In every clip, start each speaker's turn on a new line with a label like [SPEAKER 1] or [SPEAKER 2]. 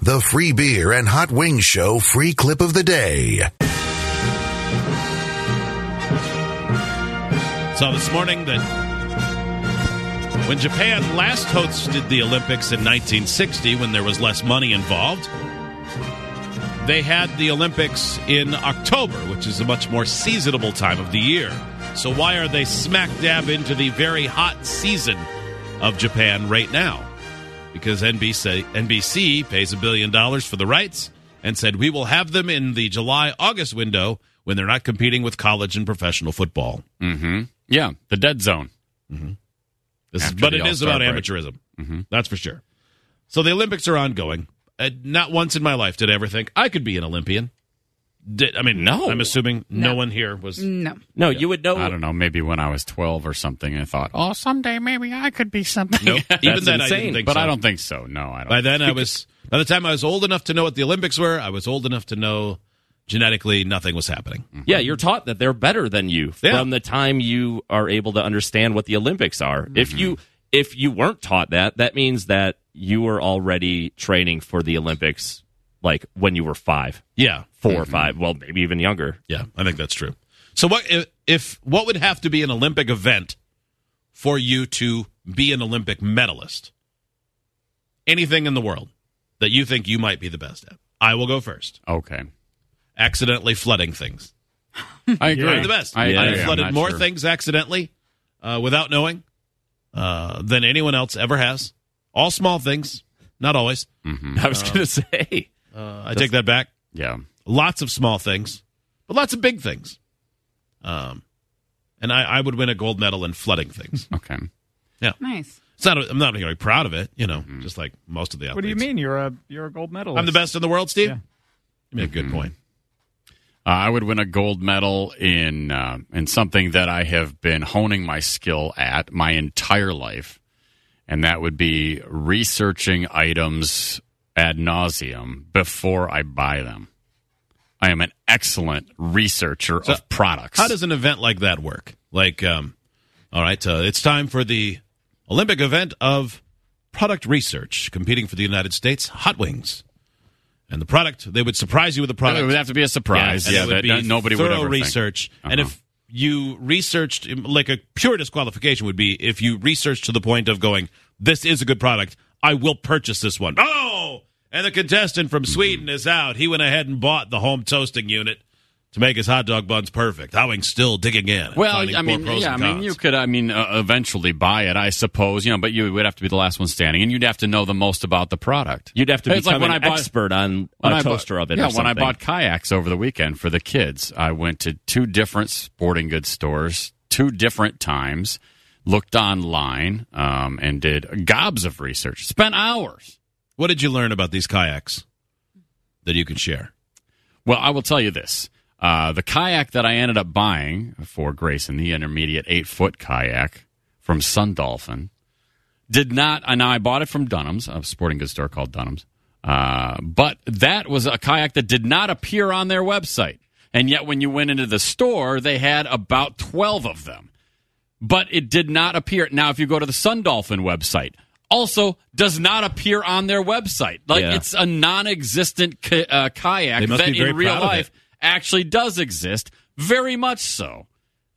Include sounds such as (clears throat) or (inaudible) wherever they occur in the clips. [SPEAKER 1] The Free Beer and Hot Wings Show free clip of the day.
[SPEAKER 2] Saw this morning that when Japan last hosted the Olympics in 1960, when there was less money involved, they had the Olympics in October, which is a much more seasonable time of the year. So, why are they smack dab into the very hot season of Japan right now? Because NBC, NBC pays a billion dollars for the rights and said, we will have them in the July August window when they're not competing with college and professional football.
[SPEAKER 3] Mm-hmm. Yeah, the dead zone.
[SPEAKER 2] This is,
[SPEAKER 3] After
[SPEAKER 2] but
[SPEAKER 3] the
[SPEAKER 2] it is
[SPEAKER 3] All-Star
[SPEAKER 2] about
[SPEAKER 3] break. Mm-hmm.
[SPEAKER 2] amateurism. That's for sure. So the Olympics are ongoing. Uh, not once in my life did I ever think I could be an Olympian. Did, I mean,
[SPEAKER 3] No.
[SPEAKER 2] I'm assuming no, one here was.
[SPEAKER 4] Mm.
[SPEAKER 5] No.
[SPEAKER 4] No, you would know.
[SPEAKER 3] I don't know. Maybe when I was twelve or something, I thought, oh, someday maybe I could be something.
[SPEAKER 2] Nope. Even
[SPEAKER 3] (laughs) That's
[SPEAKER 2] then, I
[SPEAKER 3] insane,
[SPEAKER 2] didn't think
[SPEAKER 3] But
[SPEAKER 2] so.
[SPEAKER 3] I don't think so. No, I don't.
[SPEAKER 2] By then, I was. By the time I was old enough to know what the Olympics were, I was old enough to know genetically nothing was happening.
[SPEAKER 3] Mm-hmm.
[SPEAKER 4] Yeah, you're taught that they're better than you
[SPEAKER 2] Yeah.
[SPEAKER 4] from the time you are able to understand what the Olympics are. If you
[SPEAKER 3] Mm-hmm.
[SPEAKER 4] if you weren't taught that, that means that you were already training for the Olympics like when you were 5,
[SPEAKER 2] Yeah,
[SPEAKER 4] 4
[SPEAKER 3] Mm-hmm.
[SPEAKER 4] or 5, well maybe even younger. (laughs)
[SPEAKER 2] yeah, I think that's true. So what if, if what would have to be an Olympic event for you to be an Olympic medalist? Anything in the world that you think you might be the best at. I will go first. (laughs)
[SPEAKER 3] okay.
[SPEAKER 2] accidentally flooding things.
[SPEAKER 3] I agree.
[SPEAKER 2] I'm the best.
[SPEAKER 3] I,
[SPEAKER 2] I,
[SPEAKER 3] agree.
[SPEAKER 2] have
[SPEAKER 3] I'm
[SPEAKER 2] flooded
[SPEAKER 3] not
[SPEAKER 2] more
[SPEAKER 3] sure.
[SPEAKER 2] things accidentally uh, without knowing uh, than anyone else ever has. All small things, not always.
[SPEAKER 4] I was
[SPEAKER 3] Uh-huh.
[SPEAKER 4] going to say.
[SPEAKER 2] Uh, I take that back.
[SPEAKER 3] Yeah.
[SPEAKER 2] Lots of small things, but lots of big things. Um, and I, I would win a gold medal in flooding
[SPEAKER 3] (laughs)
[SPEAKER 2] things.
[SPEAKER 3] Okay.
[SPEAKER 5] Nice.
[SPEAKER 2] It's not. I'm not going to be proud of it, you know. Just like most of the athletes.
[SPEAKER 6] What do you mean? You're a you're a gold medalist.
[SPEAKER 2] I'm the best in the world, Steve.
[SPEAKER 6] Yeah.
[SPEAKER 2] You made a good point.
[SPEAKER 3] Uh, I would win a gold medal in uh, in something that I have been honing my skill at my entire life, and that would be researching items ad nauseum before I buy them. I am an excellent researcher
[SPEAKER 2] So,
[SPEAKER 3] of products.
[SPEAKER 2] How does an event like that work? Like, um, all right, uh, it's time for the Olympic event of product research, competing for the United States hot wings, and the product they would surprise you with a
[SPEAKER 3] Well, it
[SPEAKER 2] product.
[SPEAKER 3] would have to be a surprise.
[SPEAKER 2] and
[SPEAKER 3] Yeah,
[SPEAKER 2] it would
[SPEAKER 3] that
[SPEAKER 2] be
[SPEAKER 3] no- nobody would
[SPEAKER 2] thorough
[SPEAKER 3] ever think.
[SPEAKER 2] research, and
[SPEAKER 3] Uh-huh.
[SPEAKER 2] if you researched, like a pure disqualification would be if you researched to the point of going, this is a good product, I will purchase this one. Oh, and the contestant from Sweden is out. He went ahead and bought the home toasting unit. To make his hot dog buns perfect, Howing's still digging in. finding
[SPEAKER 3] Well, I
[SPEAKER 2] more
[SPEAKER 3] mean,
[SPEAKER 2] pros
[SPEAKER 3] yeah, I
[SPEAKER 2] and
[SPEAKER 3] mean,
[SPEAKER 2] cons.
[SPEAKER 3] you could, I mean, uh, eventually buy it, I suppose, you know, but you would have to be the last one standing, and you'd have to know the most about the product.
[SPEAKER 4] You'd have to
[SPEAKER 3] It's like
[SPEAKER 4] become
[SPEAKER 3] when
[SPEAKER 4] an
[SPEAKER 3] I bought-
[SPEAKER 4] expert on
[SPEAKER 3] When I
[SPEAKER 4] a
[SPEAKER 3] bought-
[SPEAKER 4] toaster oven
[SPEAKER 3] Yeah,
[SPEAKER 4] or
[SPEAKER 3] when
[SPEAKER 4] something.
[SPEAKER 3] I bought kayaks over the weekend for the kids, I went to two different sporting goods stores, two different times, looked online, um, and did gobs of research. Spent hours.
[SPEAKER 2] What did you learn about these kayaks that you can share?
[SPEAKER 3] Well, I will tell you this. Uh, the kayak that I ended up buying for Grayson, the intermediate eight foot kayak from Sun Dolphin, did not. And I bought it from Dunham's, a sporting goods store called Dunham's. Uh, but that was a kayak that did not appear on their website. And yet, when you went into the store, they had about 12 of them. But it did not appear. Now, if you go to the Sun Dolphin website, also does not appear on their website. Like,
[SPEAKER 4] Yeah.
[SPEAKER 3] it's a non existent k- uh, kayak
[SPEAKER 2] They must
[SPEAKER 3] that
[SPEAKER 2] be very
[SPEAKER 3] in real
[SPEAKER 2] proud of
[SPEAKER 3] life
[SPEAKER 2] it.
[SPEAKER 3] actually does exist, very much so.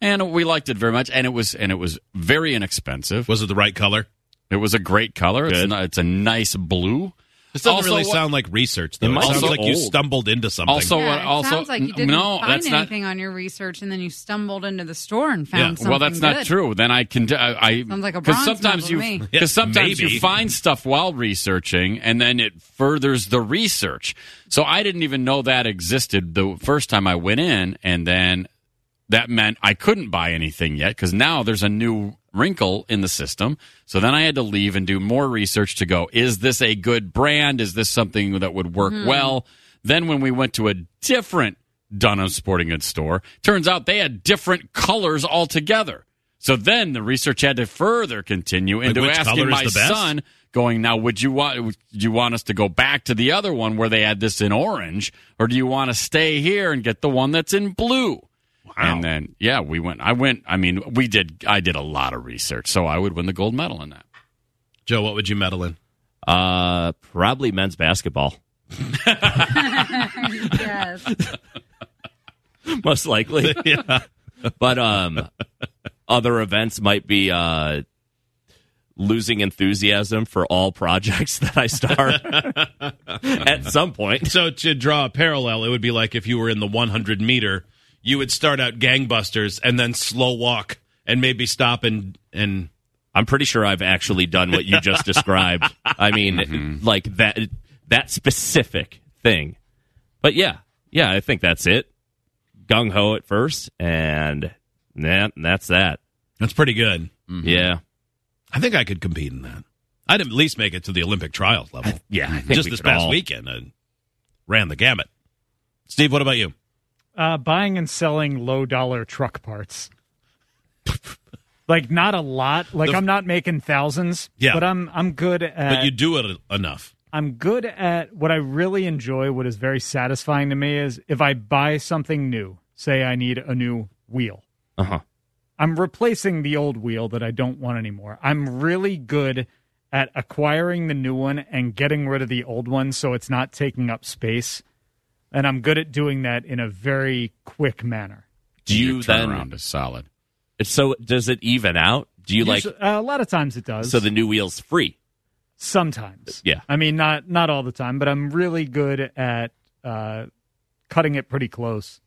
[SPEAKER 3] And we liked it very much, and it was and it was very inexpensive.
[SPEAKER 2] Was it the right color?
[SPEAKER 3] It was a great color. It's,
[SPEAKER 4] Good.
[SPEAKER 3] not, it's a nice blue.
[SPEAKER 2] This doesn't
[SPEAKER 3] Also,
[SPEAKER 2] really
[SPEAKER 3] what-
[SPEAKER 2] sound like research, though. It,
[SPEAKER 4] might
[SPEAKER 2] sounds
[SPEAKER 3] be
[SPEAKER 2] like you
[SPEAKER 4] old.
[SPEAKER 2] stumbled into something.
[SPEAKER 3] Also,
[SPEAKER 5] yeah,
[SPEAKER 3] what?
[SPEAKER 5] it
[SPEAKER 3] Also,
[SPEAKER 5] sounds like you
[SPEAKER 3] n-
[SPEAKER 5] didn't
[SPEAKER 3] no,
[SPEAKER 5] find
[SPEAKER 3] that's not.
[SPEAKER 5] anything on your research, and then you stumbled into the store and
[SPEAKER 2] Yeah.
[SPEAKER 5] found something.
[SPEAKER 3] Well, that's not
[SPEAKER 5] good.
[SPEAKER 3] true. Then I can. I, I
[SPEAKER 5] Sounds like a
[SPEAKER 3] because
[SPEAKER 5] bronze
[SPEAKER 3] sometimes
[SPEAKER 5] medal to
[SPEAKER 3] you
[SPEAKER 5] me.
[SPEAKER 2] Yeah,
[SPEAKER 3] because sometimes
[SPEAKER 2] maybe.
[SPEAKER 3] you find stuff while researching, and then it furthers the research. So I didn't even know that existed the first time I went in, and then that meant I couldn't buy anything yet because now there's a new wrinkle in the system. So then I had to leave and do more research to go, is this a good brand? Is this something that would work well? Then when we went to a different Dunham sporting goods store, turns out they had different colors altogether. So then the research had to further continue into
[SPEAKER 2] which color
[SPEAKER 3] asking
[SPEAKER 2] is
[SPEAKER 3] my
[SPEAKER 2] the best?
[SPEAKER 3] son, going, now would you want would you want us to go back to the other one where they had this in orange, or do you want to stay here and get the one that's in blue? And then, yeah, we went. I went. I mean, we did. I did a lot of research, so I would win the gold medal in that.
[SPEAKER 2] Joe, what would you medal in?
[SPEAKER 4] Uh, probably men's basketball,
[SPEAKER 5] yes.
[SPEAKER 3] (laughs)
[SPEAKER 4] (laughs) most likely.
[SPEAKER 2] Yeah.
[SPEAKER 4] but um, other events might be uh, losing enthusiasm for all projects that I (laughs) start at some point.
[SPEAKER 2] So to draw a parallel, it would be like if you were in the 100 meter, you would start out gangbusters and then slow walk and maybe stop and and
[SPEAKER 4] I'm pretty sure I've actually done what you just described. I mean, like that that specific thing. But yeah, yeah, I think that's it. Gung ho at first, and that that's that.
[SPEAKER 2] that's pretty good.
[SPEAKER 4] Yeah,
[SPEAKER 2] I think I could compete in that. I'd at least make it to the Olympic trials level.
[SPEAKER 4] yeah.
[SPEAKER 3] Mhm.
[SPEAKER 4] I think
[SPEAKER 2] Just
[SPEAKER 4] we
[SPEAKER 2] this
[SPEAKER 4] could
[SPEAKER 2] past
[SPEAKER 4] all-
[SPEAKER 2] weekend, I ran the gamut. Steve, what about you?
[SPEAKER 6] Uh, buying and selling low dollar truck (laughs) parts. like not a lot. Like
[SPEAKER 2] The-
[SPEAKER 6] I'm not making thousands.
[SPEAKER 2] Yeah.
[SPEAKER 6] But I'm I'm good at
[SPEAKER 2] But you do it enough.
[SPEAKER 6] I'm good at what I really enjoy, what is very satisfying to me is if I buy something new, say I need a new wheel.
[SPEAKER 4] Uh-huh.
[SPEAKER 6] I'm replacing the old wheel that I don't want anymore. I'm really good at acquiring the new one and getting rid of the old one so it's not taking up space. And I'm good at doing that in a very quick manner.
[SPEAKER 4] Do you
[SPEAKER 3] Your turnaround
[SPEAKER 4] then?
[SPEAKER 3] is solid.
[SPEAKER 4] So does it even out? Do you like?
[SPEAKER 6] Usu- uh, a lot of times it does.
[SPEAKER 4] So the new wheel's free.
[SPEAKER 6] sometimes.
[SPEAKER 4] Yeah.
[SPEAKER 6] I mean not not all the time, but I'm really good at uh, cutting it pretty close.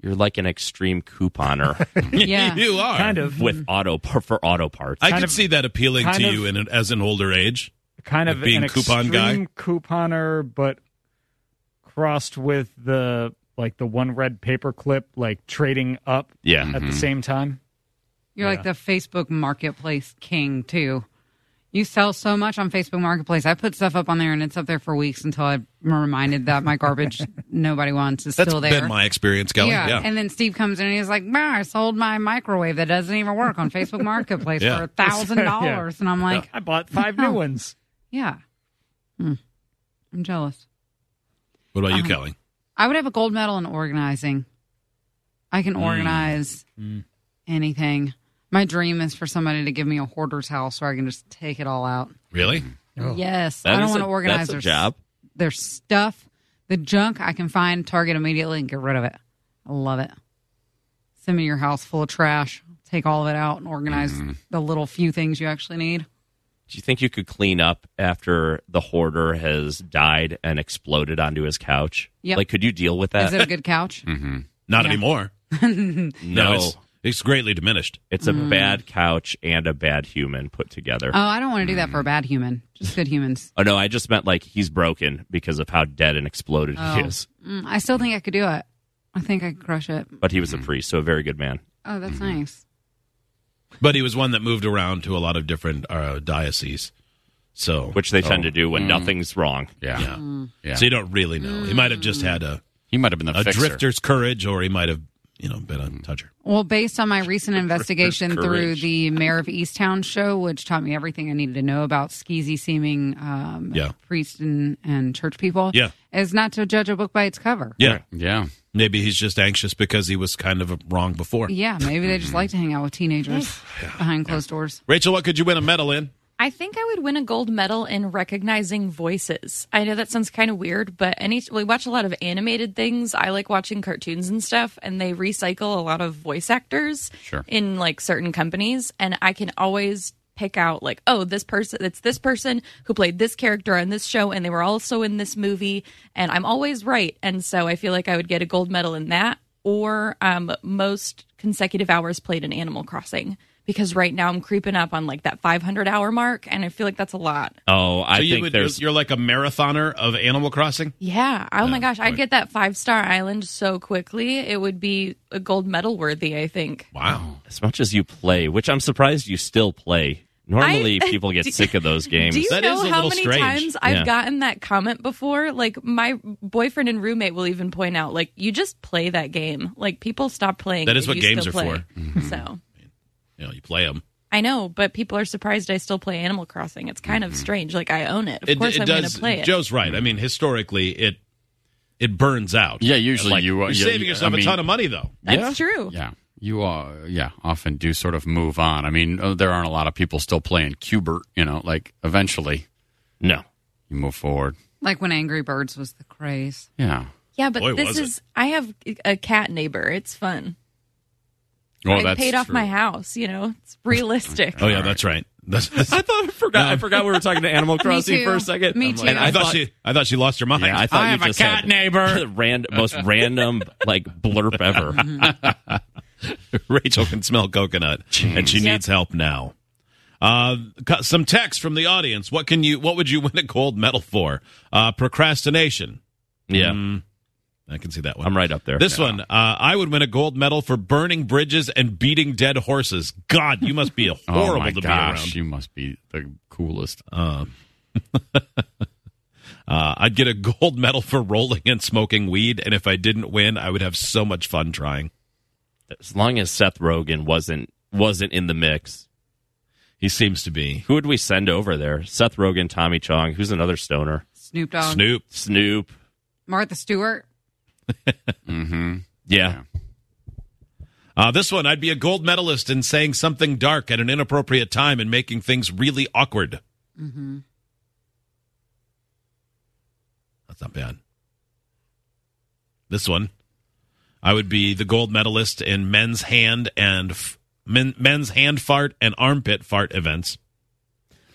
[SPEAKER 4] You're like an extreme couponer
[SPEAKER 5] (laughs)
[SPEAKER 4] (laughs)
[SPEAKER 2] (laughs)
[SPEAKER 5] Yeah.
[SPEAKER 2] you are.
[SPEAKER 6] Kind of
[SPEAKER 4] with auto for auto parts.
[SPEAKER 2] I
[SPEAKER 6] Kind
[SPEAKER 2] can
[SPEAKER 6] of-
[SPEAKER 2] see that appealing
[SPEAKER 6] kind
[SPEAKER 2] to
[SPEAKER 6] of-
[SPEAKER 2] you in an, as an older age.
[SPEAKER 6] kind
[SPEAKER 2] Like
[SPEAKER 6] of
[SPEAKER 2] being
[SPEAKER 6] an
[SPEAKER 2] coupon guy?
[SPEAKER 6] extreme couponer, but crossed with the like the one red paper clip, like trading up
[SPEAKER 4] yeah.
[SPEAKER 6] at
[SPEAKER 3] Mm-hmm.
[SPEAKER 6] the same time.
[SPEAKER 5] You're like the Facebook Marketplace king, too. You sell so much on Facebook Marketplace. I put stuff up on there and it's up there for weeks until I'm reminded that
[SPEAKER 3] (laughs)
[SPEAKER 5] my garbage nobody wants is
[SPEAKER 2] That's
[SPEAKER 5] still there.
[SPEAKER 2] been my experience, Kelly.
[SPEAKER 5] yeah.
[SPEAKER 2] Yeah.
[SPEAKER 5] and then Steve comes in and he's like, "Man, I sold my microwave that doesn't even work on Facebook
[SPEAKER 3] (laughs)
[SPEAKER 5] Marketplace
[SPEAKER 2] Yeah.
[SPEAKER 5] for a thousand dollars," and I'm like,
[SPEAKER 6] I bought five new ones.
[SPEAKER 5] "Yeah, Hmm. I'm jealous.
[SPEAKER 2] what about you, Kelly?
[SPEAKER 5] I would have a gold medal in organizing. I
[SPEAKER 4] Mm.
[SPEAKER 5] can organize anything. My dream is for somebody to give me a hoarder's house where I can just take it all out.
[SPEAKER 2] Really?
[SPEAKER 5] Yes,
[SPEAKER 4] Oh. That
[SPEAKER 5] I don't
[SPEAKER 4] is
[SPEAKER 5] want
[SPEAKER 4] a-
[SPEAKER 5] to organize
[SPEAKER 4] that's a
[SPEAKER 5] their s-
[SPEAKER 4] job.
[SPEAKER 5] Their stuff, the junk I can find, target immediately, and get rid of it. I love it. Send me your house full of trash. Take all of it out and organize
[SPEAKER 4] Mm-hmm.
[SPEAKER 5] the little few things you actually need.
[SPEAKER 4] Do you think you could clean up after the hoarder has died and exploded onto his couch?
[SPEAKER 5] Yep.
[SPEAKER 4] Like, could you deal with
[SPEAKER 5] Is
[SPEAKER 4] that?
[SPEAKER 5] it a
[SPEAKER 4] (laughs)
[SPEAKER 5] good couch?
[SPEAKER 4] Mm.
[SPEAKER 2] Not
[SPEAKER 5] Yeah.
[SPEAKER 2] anymore.
[SPEAKER 4] no,
[SPEAKER 2] it's,
[SPEAKER 4] it's,
[SPEAKER 2] it's greatly diminished.
[SPEAKER 4] a bad couch and a bad human put together.
[SPEAKER 5] Mm. Oh, I don't want to do that
[SPEAKER 4] Mm.
[SPEAKER 5] for a bad human. Just good humans.
[SPEAKER 4] oh no, I just meant like he's broken because of how dead and exploded he is.
[SPEAKER 5] Mm, I still think I could do it. I think I could crush it.
[SPEAKER 4] But he was
[SPEAKER 2] Mm.
[SPEAKER 4] a priest, so a very good man.
[SPEAKER 5] Oh, that's nice.
[SPEAKER 2] But he was one that moved around to a lot of different uh, dioceses. So,
[SPEAKER 4] Which they tend to do
[SPEAKER 5] Mm.
[SPEAKER 4] when nothing's wrong.
[SPEAKER 3] Yeah,
[SPEAKER 2] yeah.
[SPEAKER 3] yeah.
[SPEAKER 2] So you don't really know. He might have just had a,
[SPEAKER 3] he might have been the
[SPEAKER 2] a
[SPEAKER 3] fixer.
[SPEAKER 2] drifter's courage, or he might have, you know, been a toucher.
[SPEAKER 5] Well, based on my recent investigation through
[SPEAKER 4] Courage.
[SPEAKER 5] the Mayor of Easttown show, which taught me everything I needed to know about skeezy seeming um,
[SPEAKER 2] Yeah.
[SPEAKER 5] priests and, and church people,
[SPEAKER 2] Yeah.
[SPEAKER 5] is not to judge a book by its cover.
[SPEAKER 2] Yeah.
[SPEAKER 3] Yeah,
[SPEAKER 2] Maybe he's just anxious because he was kind of wrong before.
[SPEAKER 5] Yeah, maybe they just like to hang out with teenagers behind closed doors.
[SPEAKER 2] Rachel, what could you win a medal in?
[SPEAKER 7] I think I would win a gold medal in recognizing voices. I know that sounds kind of weird, but any we watch a lot of animated things. I like watching cartoons and stuff, and they recycle a lot of voice actors
[SPEAKER 3] Sure.
[SPEAKER 7] in like certain companies, and I can always pick out like, oh, this person, it's this person who played this character on this show, and they were also in this movie, and I'm always right, and so I feel like I would get a gold medal in that or um, most consecutive hours played in Animal Crossing. because right now I'm creeping up on like that 500 hour mark, and I feel like that's a lot.
[SPEAKER 4] Oh, I
[SPEAKER 2] so you
[SPEAKER 4] think
[SPEAKER 2] would,
[SPEAKER 4] there's.
[SPEAKER 2] you're like a marathoner of Animal Crossing.
[SPEAKER 7] Yeah. Oh my gosh,
[SPEAKER 2] like-
[SPEAKER 7] I'd get that five star island so quickly. It would be a gold medal worthy. I think.
[SPEAKER 2] Wow.
[SPEAKER 4] as much as you play, which I'm surprised you still play. Normally,
[SPEAKER 7] I- (laughs)
[SPEAKER 4] people get
[SPEAKER 7] Do-
[SPEAKER 4] sick of those games.
[SPEAKER 7] Do you
[SPEAKER 2] That is
[SPEAKER 7] know
[SPEAKER 2] a
[SPEAKER 7] how
[SPEAKER 2] little
[SPEAKER 7] many
[SPEAKER 2] strange.
[SPEAKER 7] times
[SPEAKER 4] Yeah.
[SPEAKER 7] I've gotten that comment before? Like my boyfriend and roommate will even point out, like you just play that game. Like people stop playing.
[SPEAKER 2] That
[SPEAKER 7] That
[SPEAKER 2] is
[SPEAKER 7] is
[SPEAKER 2] what games are for. Mm. Mm-hmm.
[SPEAKER 7] So
[SPEAKER 2] You know, you play them.
[SPEAKER 7] I know, but people are surprised I still play Animal Crossing. It's kind of
[SPEAKER 2] Mm-hmm.
[SPEAKER 7] strange. Like I own it. Of course, I'm going to play it.
[SPEAKER 2] Joe's right. I mean, historically, it it burns out.
[SPEAKER 3] Yeah, usually
[SPEAKER 2] Like,
[SPEAKER 3] you uh,
[SPEAKER 2] you're
[SPEAKER 3] yeah,
[SPEAKER 2] saving
[SPEAKER 3] yeah,
[SPEAKER 2] yourself
[SPEAKER 3] I mean,
[SPEAKER 2] a ton of money, though.
[SPEAKER 7] That's true.
[SPEAKER 3] Yeah, you uh, yeah often do sort of move on. I mean, uh, there aren't a lot of people still playing Cubert. You know, like eventually
[SPEAKER 4] no.
[SPEAKER 3] you move forward.
[SPEAKER 5] Like when Angry Birds was the craze.
[SPEAKER 3] Yeah.
[SPEAKER 7] Yeah, but
[SPEAKER 2] Boy,
[SPEAKER 7] this
[SPEAKER 2] was it.
[SPEAKER 7] is I have a cat neighbor. It's fun.
[SPEAKER 3] Well,
[SPEAKER 7] I
[SPEAKER 3] that's
[SPEAKER 7] paid off
[SPEAKER 3] true.
[SPEAKER 7] my house. You know, it's
[SPEAKER 2] (laughs)
[SPEAKER 7] realistic.
[SPEAKER 2] Oh yeah, that's right. That's, that's-
[SPEAKER 4] I thought I forgot. I forgot we were talking (laughs) to Animal Crossing
[SPEAKER 5] too.
[SPEAKER 4] for a second.
[SPEAKER 5] Me
[SPEAKER 4] And
[SPEAKER 5] too.
[SPEAKER 2] I, thought, she I thought she lost her mind.
[SPEAKER 4] (laughs) Yeah, I thought you
[SPEAKER 3] have a
[SPEAKER 4] just
[SPEAKER 3] cat
[SPEAKER 4] had
[SPEAKER 3] neighbor.
[SPEAKER 4] the (laughs) ran- most random like blurb (laughs) ever.
[SPEAKER 2] (laughs) Rachel can smell coconut, and she needs help now. Uh, co- some text from the audience. What can you? What would you (laughs) win a gold medal for? Uh, procrastination.
[SPEAKER 4] Yeah,
[SPEAKER 2] Mm, I can see that one.
[SPEAKER 4] I'm right up there.
[SPEAKER 2] This
[SPEAKER 4] Yeah.
[SPEAKER 2] one, uh, I would win a gold medal for burning bridges and beating dead horses. God, you must (laughs) be
[SPEAKER 3] Oh
[SPEAKER 2] horrible
[SPEAKER 3] my
[SPEAKER 2] to
[SPEAKER 3] gosh,
[SPEAKER 2] be around.
[SPEAKER 3] you must be the coolest.
[SPEAKER 2] Uh, I'd get a gold (laughs) medal for rolling and smoking weed, and if I didn't win, I would have so much fun trying.
[SPEAKER 4] as long as Seth Rogen wasn't wasn't in the mix,
[SPEAKER 2] He seems to be
[SPEAKER 4] who would we send over there? Seth Rogen, Tommy Chong, who's another stoner?
[SPEAKER 5] Snoop Dogg.
[SPEAKER 2] Snoop.
[SPEAKER 4] Snoop.
[SPEAKER 5] Martha Stewart.
[SPEAKER 3] Mm-hmm.
[SPEAKER 4] Yeah,
[SPEAKER 2] Uh, this one, I'd be a gold medalist in saying something dark at an inappropriate time and making things really awkward.
[SPEAKER 5] hmm
[SPEAKER 2] That's not bad. This one, I would be the gold medalist in men's hand and f- men, men's hand fart and armpit fart events.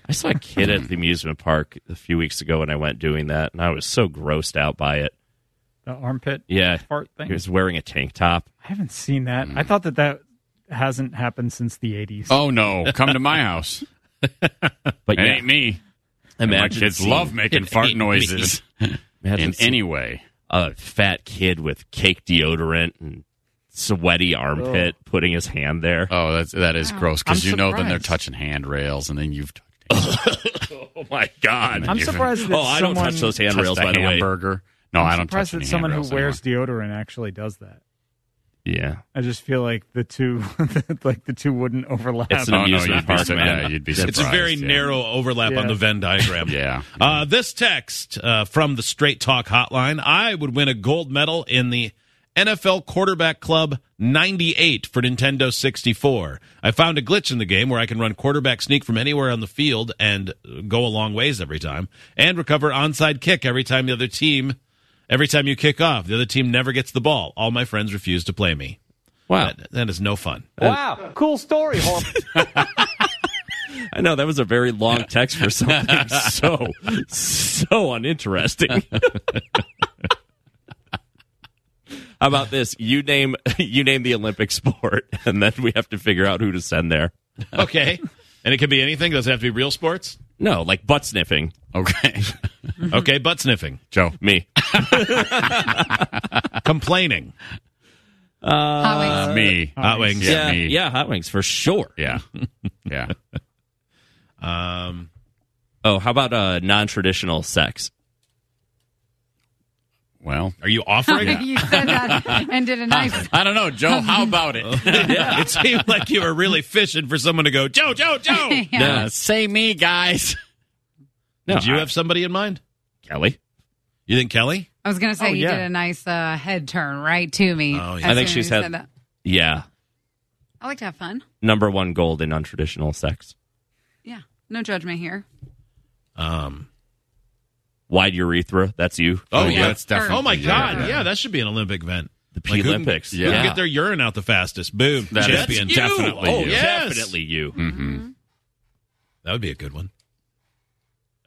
[SPEAKER 4] I saw a kid (clears throat) at the amusement park a few weeks ago when I went doing that, and I was so grossed out by it.
[SPEAKER 6] The armpit
[SPEAKER 4] Yeah,
[SPEAKER 6] fart
[SPEAKER 4] he
[SPEAKER 6] thing.
[SPEAKER 4] was wearing a tank top.
[SPEAKER 6] I haven't seen that. I thought that that hasn't happened since the 80s.
[SPEAKER 3] Oh no, come to my house.
[SPEAKER 4] But
[SPEAKER 3] It
[SPEAKER 4] yeah,
[SPEAKER 3] ain't me. And my
[SPEAKER 4] imagine
[SPEAKER 3] kids
[SPEAKER 4] seeing-
[SPEAKER 3] love
[SPEAKER 4] (laughs)
[SPEAKER 3] making fart
[SPEAKER 2] ain't
[SPEAKER 3] noises
[SPEAKER 4] imagine
[SPEAKER 3] in
[SPEAKER 4] seeing
[SPEAKER 3] any way.
[SPEAKER 4] a fat kid with cake deodorant and sweaty armpit putting his hand there.
[SPEAKER 3] Oh, that's that is gross because
[SPEAKER 6] I'm
[SPEAKER 3] you know then they're
[SPEAKER 6] surprised.
[SPEAKER 3] touching handrails and then you've touched.
[SPEAKER 4] Oh my god!
[SPEAKER 6] I'm surprised that
[SPEAKER 4] oh, I don't
[SPEAKER 6] someone,
[SPEAKER 4] touch those handrails.
[SPEAKER 3] touched
[SPEAKER 4] By
[SPEAKER 3] a
[SPEAKER 4] the way,
[SPEAKER 3] hamburger. No, I'm I
[SPEAKER 6] I'm
[SPEAKER 3] do not touch
[SPEAKER 6] surprised
[SPEAKER 3] any
[SPEAKER 6] that someone who
[SPEAKER 3] handrails anymore.
[SPEAKER 6] wears deodorant actually does that.
[SPEAKER 4] yeah,
[SPEAKER 6] I just feel like the two, (laughs) like the two wouldn't overlap.
[SPEAKER 4] It's an
[SPEAKER 3] Oh, no,
[SPEAKER 4] amusement
[SPEAKER 3] you'd be,
[SPEAKER 4] park,
[SPEAKER 3] sur-
[SPEAKER 4] man.
[SPEAKER 3] yeah, you'd be
[SPEAKER 2] It's a
[SPEAKER 3] surprised,
[SPEAKER 2] very
[SPEAKER 3] yeah.
[SPEAKER 2] narrow uh, overlap on
[SPEAKER 6] Yeah.
[SPEAKER 2] the Venn diagram.
[SPEAKER 3] (laughs) Yeah.
[SPEAKER 2] Uh, this text uh, from the Straight Talk Hotline I would win a gold medal in the NFL Quarterback Club 98 for Nintendo 64. I found a glitch in the game where I can run quarterback sneak from anywhere on the field and uh, go a long ways every time and recover onside kick every time the other team. Every time you kick off, the other team never gets the ball. All my friends refuse to play me.
[SPEAKER 4] wow!
[SPEAKER 2] That, that is no fun.
[SPEAKER 6] wow, cool story. Hor-
[SPEAKER 4] I know that was a very long text for
[SPEAKER 3] (laughs)
[SPEAKER 4] something so so uninteresting. (laughs) How about this? You name (laughs) you name the Olympic sport, (laughs) and then we have to figure out who to send there.
[SPEAKER 2] Okay. and it can be anything. Does it have to be real sports?
[SPEAKER 4] No, like butt sniffing.
[SPEAKER 3] Okay,
[SPEAKER 2] Okay, butt sniffing.
[SPEAKER 3] Joe.
[SPEAKER 4] Me.
[SPEAKER 2] complaining.
[SPEAKER 5] Hot Wings. (laughs)
[SPEAKER 3] me.
[SPEAKER 2] Hot wings.
[SPEAKER 3] Yeah, me.
[SPEAKER 4] yeah, hot wings for sure.
[SPEAKER 3] Yeah. Yeah.
[SPEAKER 2] Um,
[SPEAKER 4] Oh, how about uh, non traditional sex?
[SPEAKER 3] Well,
[SPEAKER 2] are you
[SPEAKER 3] (laughs)
[SPEAKER 2] offering?
[SPEAKER 5] you said that and did a nice.
[SPEAKER 3] I don't know, Joe. How about it?
[SPEAKER 2] (laughs) It seemed like you were really fishing for someone to go, Joe, Joe, Joe.
[SPEAKER 5] Yeah.
[SPEAKER 3] Uh, say me, guys.
[SPEAKER 4] (laughs) No,
[SPEAKER 2] Did you
[SPEAKER 4] I-
[SPEAKER 2] have somebody in mind?
[SPEAKER 4] Kelly.
[SPEAKER 2] You think Kelly?
[SPEAKER 5] I was gonna say
[SPEAKER 6] Oh,
[SPEAKER 5] you
[SPEAKER 6] yeah.
[SPEAKER 5] did a nice uh, head turn right to me.
[SPEAKER 2] Oh, yeah.
[SPEAKER 5] as
[SPEAKER 4] I think
[SPEAKER 5] soon
[SPEAKER 4] she
[SPEAKER 5] as you
[SPEAKER 4] said-
[SPEAKER 5] that.
[SPEAKER 4] Yeah,
[SPEAKER 5] I like to have fun.
[SPEAKER 4] number one gold in non traditional sex.
[SPEAKER 5] Yeah, no judgment here.
[SPEAKER 2] Um,
[SPEAKER 4] Wide urethra. That's you.
[SPEAKER 3] Oh, yeah.
[SPEAKER 2] That's
[SPEAKER 3] That's
[SPEAKER 2] definitely.
[SPEAKER 3] definitely-
[SPEAKER 2] Oh, my God. Yeah.
[SPEAKER 3] yeah.
[SPEAKER 2] that should be an Olympic event.
[SPEAKER 4] The
[SPEAKER 2] Like, who can-
[SPEAKER 4] P-Olympics.
[SPEAKER 2] Who can,
[SPEAKER 4] Yeah.
[SPEAKER 2] get their urine out the fastest? Boom.
[SPEAKER 3] That is
[SPEAKER 2] Champion.
[SPEAKER 3] you.
[SPEAKER 2] Definitely.
[SPEAKER 3] Oh,
[SPEAKER 2] you.
[SPEAKER 4] yes.
[SPEAKER 2] Yes.
[SPEAKER 4] definitely you.
[SPEAKER 3] (laughs) Mm-hmm.
[SPEAKER 2] That would be a good one.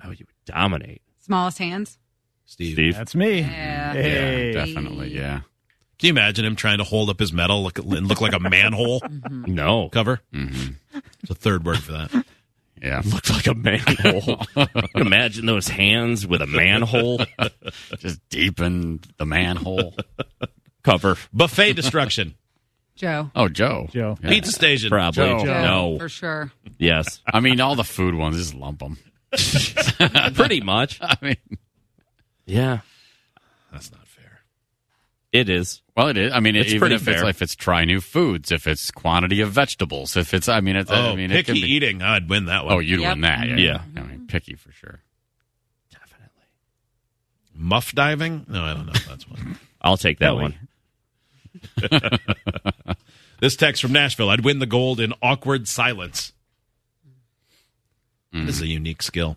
[SPEAKER 4] Oh, you would dominate.
[SPEAKER 5] Smallest hands.
[SPEAKER 2] Steve.
[SPEAKER 4] Steve.
[SPEAKER 6] That's me.
[SPEAKER 5] Yeah.
[SPEAKER 6] Hey.
[SPEAKER 3] Yeah, definitely. Yeah.
[SPEAKER 2] Can you imagine him trying to hold up his medal look, and look like a manhole (laughs)
[SPEAKER 4] No.
[SPEAKER 2] cover? It's a third word for that.
[SPEAKER 3] Yeah.
[SPEAKER 4] Looked like a manhole. (laughs) Imagine those hands with a manhole
[SPEAKER 3] Just deepen the manhole.
[SPEAKER 4] cover.
[SPEAKER 2] Buffet destruction.
[SPEAKER 5] Joe.
[SPEAKER 3] Oh, Joe.
[SPEAKER 6] Joe.
[SPEAKER 3] Yeah.
[SPEAKER 2] Pizza station.
[SPEAKER 4] Probably.
[SPEAKER 3] Joe.
[SPEAKER 5] Joe,
[SPEAKER 4] No.
[SPEAKER 5] For sure.
[SPEAKER 4] Yes.
[SPEAKER 3] I mean, all the food ones, just lump them.
[SPEAKER 4] (laughs) Pretty much.
[SPEAKER 3] (laughs) I mean,
[SPEAKER 4] Yeah.
[SPEAKER 2] That's not fair.
[SPEAKER 4] It is.
[SPEAKER 3] well, it is. I mean,
[SPEAKER 4] It's
[SPEAKER 3] even
[SPEAKER 4] pretty
[SPEAKER 3] if it's
[SPEAKER 4] fair.
[SPEAKER 3] like, if it's try new foods, if it's quantity of vegetables, if it's, I mean, it's,
[SPEAKER 2] Oh,
[SPEAKER 3] I mean, it
[SPEAKER 2] picky
[SPEAKER 3] could be.
[SPEAKER 2] eating. I'd win that one.
[SPEAKER 3] Oh, you'd
[SPEAKER 5] Yep.
[SPEAKER 3] win that. Yeah.
[SPEAKER 4] Yeah.
[SPEAKER 3] I mean, picky for sure.
[SPEAKER 4] Definitely.
[SPEAKER 2] Muff diving? No, I don't know. if That's one. (laughs)
[SPEAKER 4] I'll take that one.
[SPEAKER 2] This text from Nashville. I'd win the gold in awkward silence. This is a unique skill.